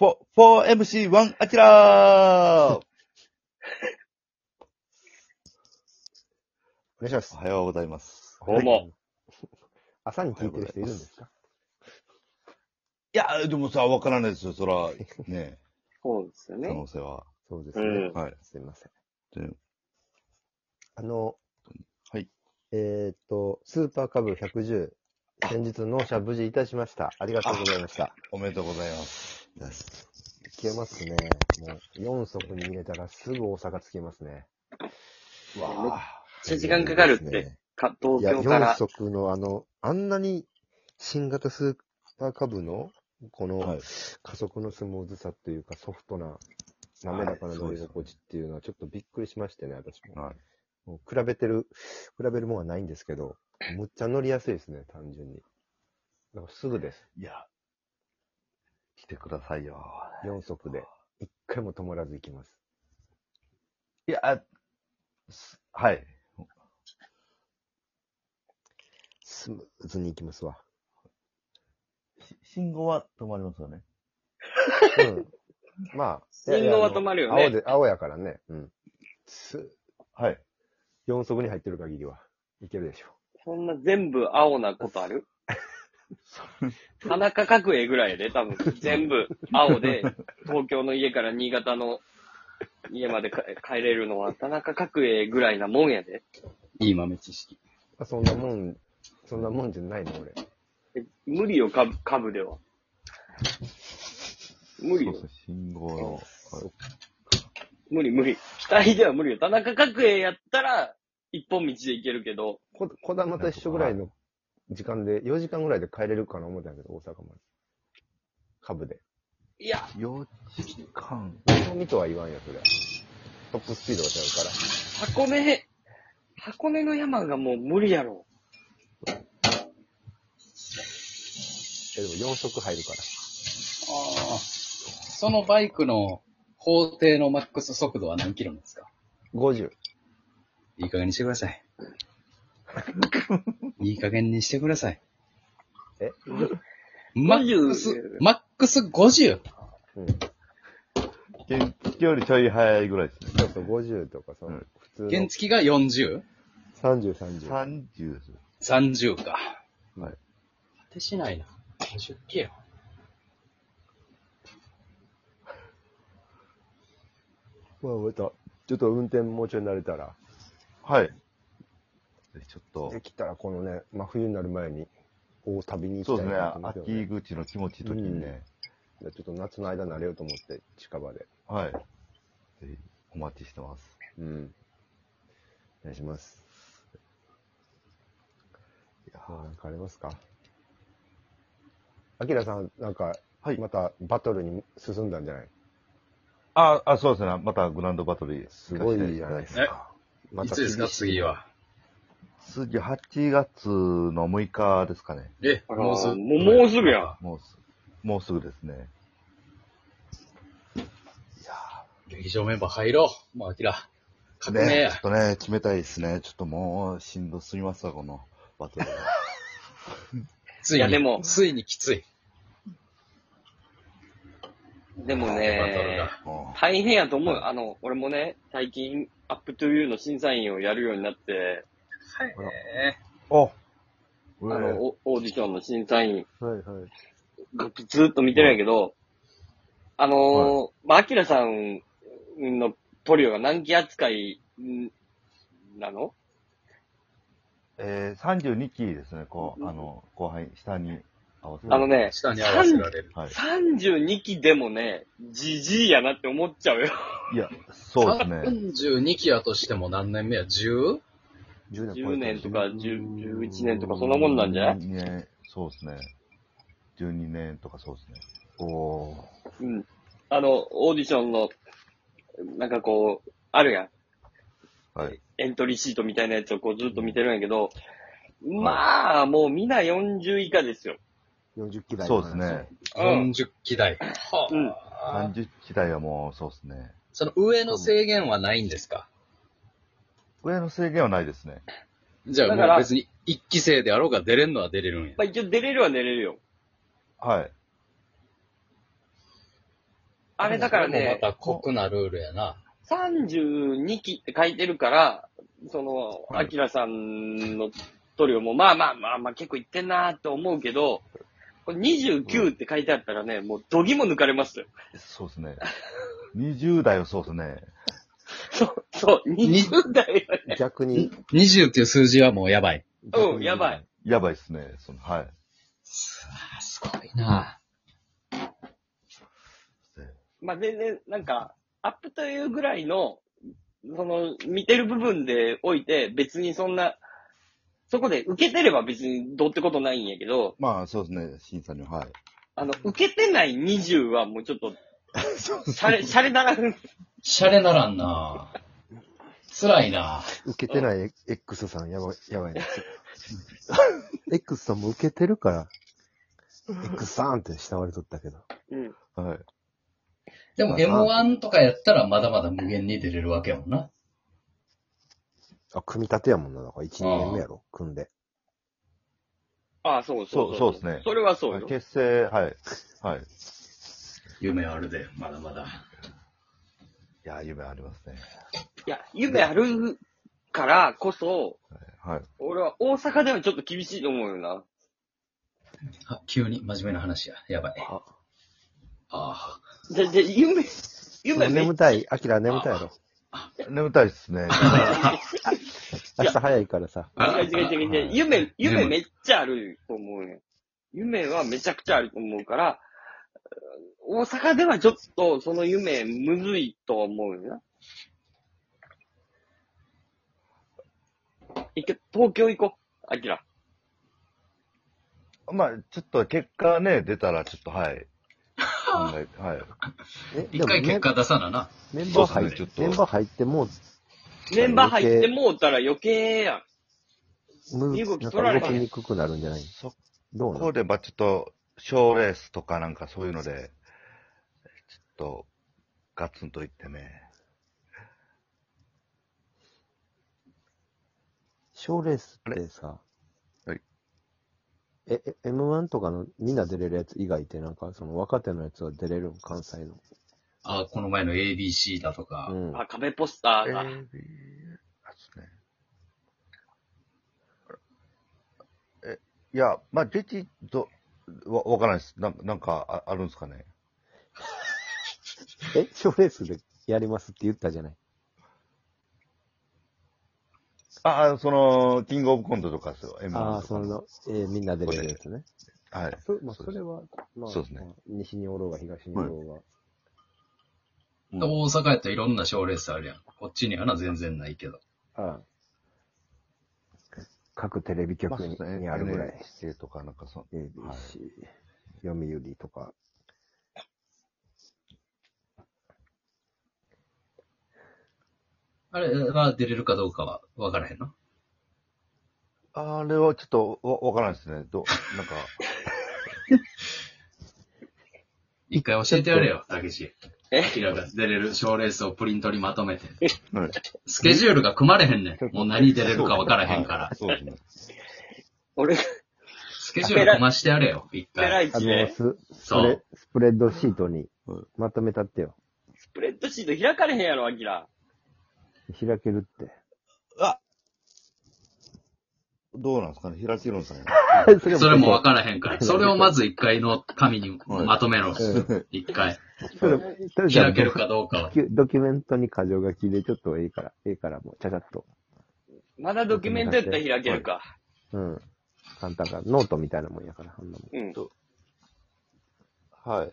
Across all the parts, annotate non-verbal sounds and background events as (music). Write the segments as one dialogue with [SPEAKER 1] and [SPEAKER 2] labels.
[SPEAKER 1] 4、4MC1 アキラー
[SPEAKER 2] お願いします
[SPEAKER 1] お。はようございます。
[SPEAKER 3] どうも。
[SPEAKER 2] 朝に聞いてる人いるんですか
[SPEAKER 1] いや、でもさ、わからないですよ、そら、 (laughs) ね
[SPEAKER 3] そうですよ
[SPEAKER 1] 可
[SPEAKER 3] ね
[SPEAKER 1] 能。性は。
[SPEAKER 2] そうですね。
[SPEAKER 1] はい。
[SPEAKER 2] すいません。
[SPEAKER 1] で
[SPEAKER 2] あの、
[SPEAKER 1] はい。
[SPEAKER 2] えーっと、スーパーカブ110、先日納車無事いたしました。ありがとうございました。
[SPEAKER 1] おめでとうございます。
[SPEAKER 2] 消えますね。もう、4足に入れたらすぐ大阪着きますね。
[SPEAKER 1] うわあ
[SPEAKER 3] めっちゃ時間かかるって
[SPEAKER 2] いいですね
[SPEAKER 3] か
[SPEAKER 2] い
[SPEAKER 3] 東
[SPEAKER 2] や、
[SPEAKER 3] 京か
[SPEAKER 2] 4
[SPEAKER 3] ら。
[SPEAKER 2] 足のあの、あんなに新型スーパーカブの、この、
[SPEAKER 1] はい。
[SPEAKER 2] 加速のスムーズさというか、ソフトな、滑らかな乗り心地っていうのは、ちょっとびっくりしましてね、私も。
[SPEAKER 1] はい。
[SPEAKER 2] もう比べてる、比べるもんはないんですけど、むっちゃ乗りやすいですね、単純に。だからすぐです。
[SPEAKER 1] いや、来てくださいよ。
[SPEAKER 2] 4足で。一回も止まらず行きます。
[SPEAKER 1] いや、すはい。
[SPEAKER 2] スムーズに行きますわ。
[SPEAKER 1] し信号は止まりますよね。
[SPEAKER 2] うん。まあ。
[SPEAKER 3] 信号は止まるよ
[SPEAKER 2] 青
[SPEAKER 3] ね。
[SPEAKER 2] で、青やからね。うん。す
[SPEAKER 1] はい。
[SPEAKER 2] 4足に入ってる限りは、いけるでしょ
[SPEAKER 3] そんな全部青なことある鼻かかく絵ぐらいやで、多
[SPEAKER 2] (laughs)
[SPEAKER 3] 分。全部青で、東京の家から新潟の家までか帰れるのは、田中角栄ぐらいなもんやで。
[SPEAKER 4] いい豆知識。
[SPEAKER 2] う。そんなもん、そんなもんじゃないの、俺。
[SPEAKER 3] え無理よ、株、株では。無理
[SPEAKER 1] そう
[SPEAKER 3] よ
[SPEAKER 1] そ。う、信号の。
[SPEAKER 3] 無理無理。期待では無理よ。田中角栄やったら、一本道で行けるけど、
[SPEAKER 2] こ、こだまと一緒ぐらいの時間で、4時間ぐらいで帰れるかな思ったんやけど、大阪まで。カブで。
[SPEAKER 3] いや、
[SPEAKER 1] 4時間。
[SPEAKER 2] 好みとは言わんよ、それ。トップスピードが違うから。
[SPEAKER 3] 箱根、箱根の山がもう無理やろ。
[SPEAKER 2] え、でも4足入るから。
[SPEAKER 4] ああ。そのバイクの法定のマックス速度は何キロなんですか
[SPEAKER 2] 50。
[SPEAKER 4] いい加減にしてくだ
[SPEAKER 3] (laughs)
[SPEAKER 4] さい。いい加減にしてください。
[SPEAKER 2] え
[SPEAKER 4] マックス、マックス 50!
[SPEAKER 2] うん。
[SPEAKER 1] 原付よりちょい早いぐらいですね。
[SPEAKER 2] そうそう、50とかさ、
[SPEAKER 1] うん
[SPEAKER 2] 普通の
[SPEAKER 4] 原付が 40?30
[SPEAKER 2] 30、30。
[SPEAKER 1] 30です。
[SPEAKER 4] か。
[SPEAKER 1] はい。
[SPEAKER 4] 果てしないな。50キロ。
[SPEAKER 2] まあ、また、ちょっと運転もうちょい慣れたら、
[SPEAKER 1] はい。ぜひちょっと
[SPEAKER 2] で、きたらこのね、真冬になる前に、大旅に行
[SPEAKER 1] そう
[SPEAKER 2] き
[SPEAKER 1] で
[SPEAKER 2] た
[SPEAKER 1] す
[SPEAKER 2] い
[SPEAKER 1] ね
[SPEAKER 2] なと思っ、て、
[SPEAKER 1] 秋口の気持ちの時にね、
[SPEAKER 2] でちょっと夏の間慣れようと思って、近場で。
[SPEAKER 1] はい。ぜひ、お待ちしてます。
[SPEAKER 2] うん。お願いします。いやー、なんかありますかアキラさん、なんか、
[SPEAKER 1] はい
[SPEAKER 2] またバトルに進んだんじゃない
[SPEAKER 1] あ、あ、そうですね。またグランドバトル。
[SPEAKER 2] すごいじゃないですか。ま
[SPEAKER 4] い
[SPEAKER 2] た
[SPEAKER 4] つですか次は。
[SPEAKER 1] 次、8月の6日ですかね。
[SPEAKER 4] え、
[SPEAKER 3] あら
[SPEAKER 4] もうす
[SPEAKER 3] もうもうすぐやん。
[SPEAKER 1] もうす、もうすぐですね。
[SPEAKER 4] 劇場メンバー入ろう。もう、アキラ。革命
[SPEAKER 1] ね
[SPEAKER 4] や
[SPEAKER 1] ちょっ。とね、決めたいですね。ちょっともう、しんどすぎますわ、このバ
[SPEAKER 2] (laughs)
[SPEAKER 1] トルが。
[SPEAKER 4] つ
[SPEAKER 3] い
[SPEAKER 4] いに。
[SPEAKER 3] やでも
[SPEAKER 4] ついにきつい。
[SPEAKER 3] でも
[SPEAKER 4] バトル
[SPEAKER 3] ね
[SPEAKER 4] が、
[SPEAKER 1] もう
[SPEAKER 3] 大変やと思う
[SPEAKER 1] はい
[SPEAKER 3] よ。あの、俺もね、最近、アップトゥーユーの審査員をやるようになって、
[SPEAKER 4] え
[SPEAKER 2] お
[SPEAKER 3] あの、オオーディションの審査員、
[SPEAKER 2] はいはい。
[SPEAKER 3] ずーっと見てるんやけど、あのーまあ、アキラさんのトリオが何期扱い、んなの
[SPEAKER 1] えー、32期ですね、こう、あの、後輩、下に合わせて。
[SPEAKER 3] あのね
[SPEAKER 4] ー、下に合わせられる。
[SPEAKER 1] はい。
[SPEAKER 3] 32期でもね、じじいやなって思っちゃうよ。
[SPEAKER 1] いや、そうですね。
[SPEAKER 4] 32期やとしても何年目や 10?
[SPEAKER 2] 10
[SPEAKER 3] 10年とか10 11年とかそんなもんなんじゃない
[SPEAKER 1] ?12 年、そうですね。12年とかそうですね。
[SPEAKER 2] おー。
[SPEAKER 3] うん。あの、オーディションの、なんかこう、あるやん。
[SPEAKER 1] はい。
[SPEAKER 3] エントリーシートみたいなやつをこうずっと見てるんやけど、まあ、もうみんな40以下ですよ。
[SPEAKER 2] 40期台
[SPEAKER 1] そうですね。。
[SPEAKER 3] うん。
[SPEAKER 4] 40期台。
[SPEAKER 3] うん
[SPEAKER 4] あ
[SPEAKER 1] 30期代はもうそうですね。
[SPEAKER 4] その上の制限はないんですか
[SPEAKER 1] 上の制限はないですね。
[SPEAKER 4] じゃあ
[SPEAKER 3] だから
[SPEAKER 4] もう別に1期生であろうが出れるのは出れるんや
[SPEAKER 3] ま。あ一応出れるは出れるよ。
[SPEAKER 1] はい。
[SPEAKER 3] あれだからね、
[SPEAKER 4] また酷なルールやな。
[SPEAKER 3] 32期って書いてるから、その、
[SPEAKER 2] は
[SPEAKER 3] ア
[SPEAKER 2] い
[SPEAKER 3] キラさんの塗料も、まあまあまあまあ結構いってんなーと思うけど、これ29って書いてあったらね、もうどぎも抜かれますよ。
[SPEAKER 1] そうです (laughs) ね。20代はそうですね。
[SPEAKER 3] そう、そう、20代は
[SPEAKER 2] 逆に、
[SPEAKER 4] 20っていう数字はもうやばい。
[SPEAKER 2] 逆
[SPEAKER 3] うん、
[SPEAKER 2] に
[SPEAKER 3] やばい。。
[SPEAKER 1] やばいですね。そのはい。
[SPEAKER 4] すごいな。
[SPEAKER 3] まあ全然、なんか、アップというぐらいの、その、見てる部分でおいて、別にそんな、そこで受けてれば別にどうってことないんやけど、
[SPEAKER 1] まあ、そうですね。審査には、はい。
[SPEAKER 3] あの、受けてない20はもうちょっと、シャレ、シャレならん。
[SPEAKER 4] シャレならんな。辛いな。
[SPEAKER 2] 受けてない X さん、やばい、やばい (laughs) です。X さんも受けてるから、X さんって慕われとったけど。
[SPEAKER 3] うん。
[SPEAKER 1] はい。
[SPEAKER 4] でも M1 とかやったらまだまだ無限に出れるわけやもんな。
[SPEAKER 2] あ、組み立てやもんな。だから1、2年目やろ、組んで。
[SPEAKER 3] ああ、そうそ
[SPEAKER 1] そ
[SPEAKER 3] う
[SPEAKER 1] うそうですね
[SPEAKER 3] それはそうよ。
[SPEAKER 1] 結成、はい。はい。い
[SPEAKER 4] 夢あるで、まだまだ。
[SPEAKER 1] や、夢ありますね。
[SPEAKER 3] いや、夢あるからこそ、
[SPEAKER 1] はい。
[SPEAKER 3] 俺は大阪ではちょっと厳しいと思うよな。
[SPEAKER 4] あ、急に真面目な話や。やばい。
[SPEAKER 2] あ
[SPEAKER 4] あ
[SPEAKER 3] で、で、夢、夢め
[SPEAKER 2] 眠たい、アキラ眠たいやろ。
[SPEAKER 1] 眠たいですね。
[SPEAKER 2] 明日早いからさ。
[SPEAKER 4] あ。
[SPEAKER 3] 違う違う違う違う。夢、夢めっちゃあると思うよ。夢はめちゃくちゃあると思うから、大阪ではちょっとその夢むずいと思うよな。一回東京行こう、アキラ。
[SPEAKER 1] まあ、ちょっと結果ね、出たら、ちょっと、 (laughs) はい。考えてはい。
[SPEAKER 2] え、
[SPEAKER 4] 一回結果出さなな。
[SPEAKER 2] メンバ
[SPEAKER 1] そう
[SPEAKER 2] ー入
[SPEAKER 1] っすね
[SPEAKER 2] っ、
[SPEAKER 1] ちょってと
[SPEAKER 2] メンバー入っても、
[SPEAKER 3] メンバー入ってもうたら余計やん。
[SPEAKER 2] む
[SPEAKER 3] 身動
[SPEAKER 2] ず、
[SPEAKER 3] き
[SPEAKER 2] なん
[SPEAKER 3] 取
[SPEAKER 2] か
[SPEAKER 3] られ
[SPEAKER 2] 動
[SPEAKER 3] た
[SPEAKER 2] き
[SPEAKER 3] んや
[SPEAKER 2] にくくなるんじゃない
[SPEAKER 1] そ
[SPEAKER 2] どうな
[SPEAKER 1] こ
[SPEAKER 2] の
[SPEAKER 1] で、まあ、ちょっと、賞レースとかなんかそういうので、ちょっと、ガツンといってね。
[SPEAKER 2] 賞レースってさ、
[SPEAKER 1] あれはい
[SPEAKER 2] え、え M1 とかのみんな出れるやつ以外ってなんか、その若手のやつは出れるん関西の。
[SPEAKER 4] あ、この前の ABC だとか。
[SPEAKER 2] うん。
[SPEAKER 3] あ、壁ポスタ
[SPEAKER 1] え
[SPEAKER 3] ーが。
[SPEAKER 1] ー、B あですね。あれえ、いや、まあ、出て、ど、わ、わからないです。なんなんかあ、あるんですかね。
[SPEAKER 2] え、賞レースでやりますって言ったじゃない
[SPEAKER 1] あ、あその、キングオブコントとかですよ。M1 とか
[SPEAKER 2] ああ、その、えーみんな出れるやつね。
[SPEAKER 1] はい。
[SPEAKER 2] そまあ、
[SPEAKER 1] そうで
[SPEAKER 2] そ
[SPEAKER 1] す
[SPEAKER 2] れは、まあ、
[SPEAKER 1] そうですね
[SPEAKER 2] まあ西におろうが東におろうが。
[SPEAKER 1] うん
[SPEAKER 4] 大阪やったらいろんな賞レースあるやん。こっちにはな全然ないけど。
[SPEAKER 2] ああ各テレビ局に,、にあるぐらい。
[SPEAKER 1] NHK とか、なんかそ
[SPEAKER 2] ABC、
[SPEAKER 1] はい
[SPEAKER 2] 読売とか。
[SPEAKER 4] あれは出れるかどうかは分からへんの
[SPEAKER 1] あれはちょっとわわからないですね。ど、なんか、
[SPEAKER 4] (laughs) 一回教えてやれよ、たけし。
[SPEAKER 3] え
[SPEAKER 4] アキラが出れる賞レースをプリントにまとめて。
[SPEAKER 1] はい
[SPEAKER 4] スケジュールが組まれへんねん。もう何出れるか分からへんから。
[SPEAKER 1] そうですね。
[SPEAKER 3] 俺、
[SPEAKER 4] スケジュール組ましてやれよ、一
[SPEAKER 3] ペラ
[SPEAKER 4] 回。
[SPEAKER 3] イ
[SPEAKER 2] あ
[SPEAKER 3] チ
[SPEAKER 2] の、
[SPEAKER 3] で、
[SPEAKER 2] スス
[SPEAKER 4] そ
[SPEAKER 2] プレ
[SPEAKER 4] う。
[SPEAKER 2] スプレッドシートに
[SPEAKER 1] うん
[SPEAKER 2] まとめたってよ。
[SPEAKER 3] スプレッドシート開かれへんやろ、アキラ。
[SPEAKER 2] 開けるって。
[SPEAKER 1] どうなんですかね、平木郎さんや。
[SPEAKER 4] それも分
[SPEAKER 2] か
[SPEAKER 4] からへんから。それをまず一回の紙にまとめろ (laughs)
[SPEAKER 2] う。
[SPEAKER 4] 一回。
[SPEAKER 2] それ、とりあえ
[SPEAKER 4] 開
[SPEAKER 2] ず
[SPEAKER 4] けるかどうかは。
[SPEAKER 2] ドキュドキュメントに箇条書きでちょっとええから、ええからもう、ちゃちゃっと。
[SPEAKER 3] まだドキュメントやったら開けるか。
[SPEAKER 2] うん。簡単か。ノートみたいなもんやから、あんなもん。
[SPEAKER 3] うん。
[SPEAKER 1] はい。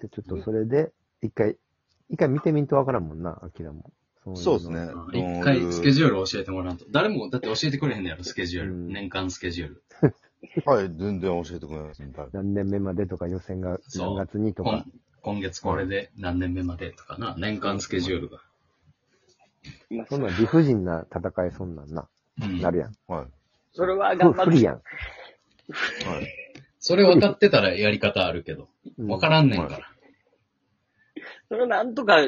[SPEAKER 2] で、ちょっとそれで、一回、一回見てみんとわからんもんな、アキラも。そいの
[SPEAKER 1] そうですね。
[SPEAKER 4] 一回スケ
[SPEAKER 1] ジ
[SPEAKER 4] ジュール教えてもらうと。誰も、だって教えてくれへんねやろ、スケジュー
[SPEAKER 2] う
[SPEAKER 4] ル。
[SPEAKER 2] ん
[SPEAKER 4] 年間スケジュール。
[SPEAKER 1] ュール。はい、全然教えてくれないです。はい
[SPEAKER 2] 何年目までとか予選が
[SPEAKER 4] そ
[SPEAKER 2] 何
[SPEAKER 4] う
[SPEAKER 2] 月にとか
[SPEAKER 4] 今。今月これで何年目までとかな。年間スケジュールが。
[SPEAKER 3] 今
[SPEAKER 2] そんなん理不尽な戦いそんなんな。
[SPEAKER 4] うん
[SPEAKER 2] なるやん。
[SPEAKER 1] は
[SPEAKER 3] それは
[SPEAKER 2] 不
[SPEAKER 3] 頑張
[SPEAKER 2] 不利
[SPEAKER 3] って。
[SPEAKER 2] やん。
[SPEAKER 1] い。はい。
[SPEAKER 4] それ分かってたらやり方あるけど。
[SPEAKER 2] うん
[SPEAKER 4] 分からんねんから。
[SPEAKER 3] それをなんとか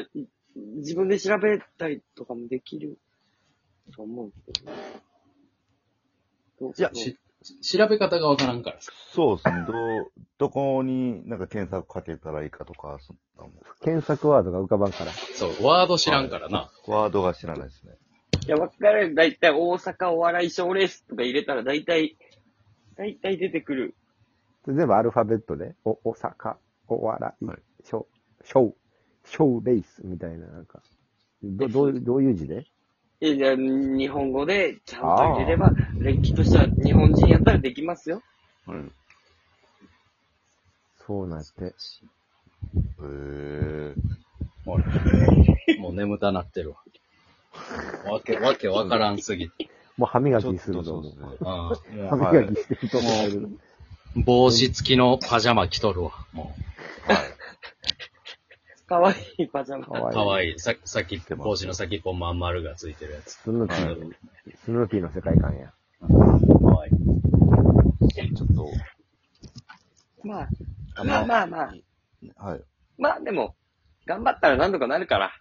[SPEAKER 3] 自分で調べたりとかもできると思うけど。どう
[SPEAKER 1] いや
[SPEAKER 3] どう
[SPEAKER 4] しし調べ方がわからんからさ。
[SPEAKER 1] そうですね。どう、どこになんか検索かけたらいいかとか、そんなもん
[SPEAKER 2] 検索ワードが浮かばんから。
[SPEAKER 4] そう、ワード知らんからな。
[SPEAKER 1] ワードが知らないですね。
[SPEAKER 3] いや、わかる。だいたい大阪お笑い賞レースとか入れたら、だいたい、だいたい出てくる。
[SPEAKER 2] 全部アルファベットで、お、大阪、お笑い
[SPEAKER 1] はい、
[SPEAKER 2] ショー、ショー、ショーレースみたいな、なんか。ど、どういう、どういう字で
[SPEAKER 3] え、じゃあ日本語でちゃんと入れれば、歴史としては日本人やったらできますよ。
[SPEAKER 1] うん。
[SPEAKER 2] そうなんやって。
[SPEAKER 1] へえ。
[SPEAKER 4] ほらもう眠たなってるわ。わけ、わけわからんすぎて。
[SPEAKER 2] もう歯磨
[SPEAKER 1] ちょっ
[SPEAKER 2] き
[SPEAKER 1] と
[SPEAKER 2] すると思う。
[SPEAKER 1] そうですね
[SPEAKER 4] ああ
[SPEAKER 2] 歯
[SPEAKER 4] も
[SPEAKER 2] 磨きしてると思。
[SPEAKER 4] はいうう帽子付きのパジャマ着とるわ。も
[SPEAKER 3] かわいいパジャ
[SPEAKER 2] か
[SPEAKER 3] マ。
[SPEAKER 4] う。
[SPEAKER 2] わいい。
[SPEAKER 4] かわいい。さ、先っぽ、帽子の先っぽまん丸がついてるやつ。
[SPEAKER 2] スヌーピーの、スヌーピーの世界観や。
[SPEAKER 4] かわいい。
[SPEAKER 1] ちょっと、
[SPEAKER 3] まあ、
[SPEAKER 1] あ
[SPEAKER 3] まあ
[SPEAKER 1] の、
[SPEAKER 3] まあまあ。
[SPEAKER 1] はい。
[SPEAKER 3] まあでも、頑張ったらなんとかなるから。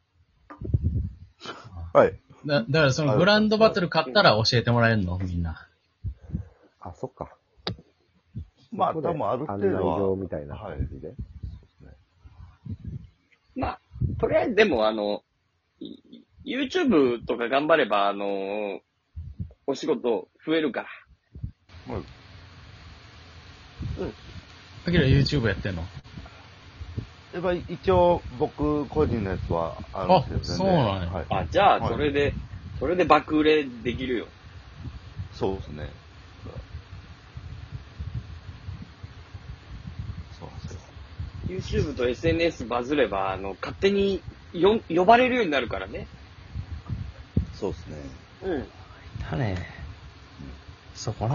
[SPEAKER 1] はい。
[SPEAKER 5] だだからそのグランドバトル勝ったら教えてもらえるのみんな。
[SPEAKER 2] あ、そっか。
[SPEAKER 1] まあ、
[SPEAKER 2] そ
[SPEAKER 1] 多
[SPEAKER 2] こで
[SPEAKER 1] 分ある程
[SPEAKER 2] 案内状
[SPEAKER 1] 度
[SPEAKER 2] みたいな
[SPEAKER 1] はい
[SPEAKER 2] 感じで。
[SPEAKER 3] まあ、とりあえずでも、あの、い YouTube とか頑張れば、あの、お仕事増えるから。
[SPEAKER 1] は、
[SPEAKER 5] アキラ YouTube やってんの
[SPEAKER 1] やっぱ一応僕個人のやつはあるんですよね。
[SPEAKER 5] あそうなんや
[SPEAKER 1] はい。
[SPEAKER 3] あ、じゃ
[SPEAKER 1] は
[SPEAKER 3] あ、
[SPEAKER 1] い
[SPEAKER 3] それで、それで爆売れできるよ。
[SPEAKER 1] そうですね。そうなんですよ。
[SPEAKER 3] YouTube と SNS バズれば、あの、勝手によ呼ばれるようになるからね。
[SPEAKER 1] そうですね。
[SPEAKER 3] うん。
[SPEAKER 5] だね。そこなん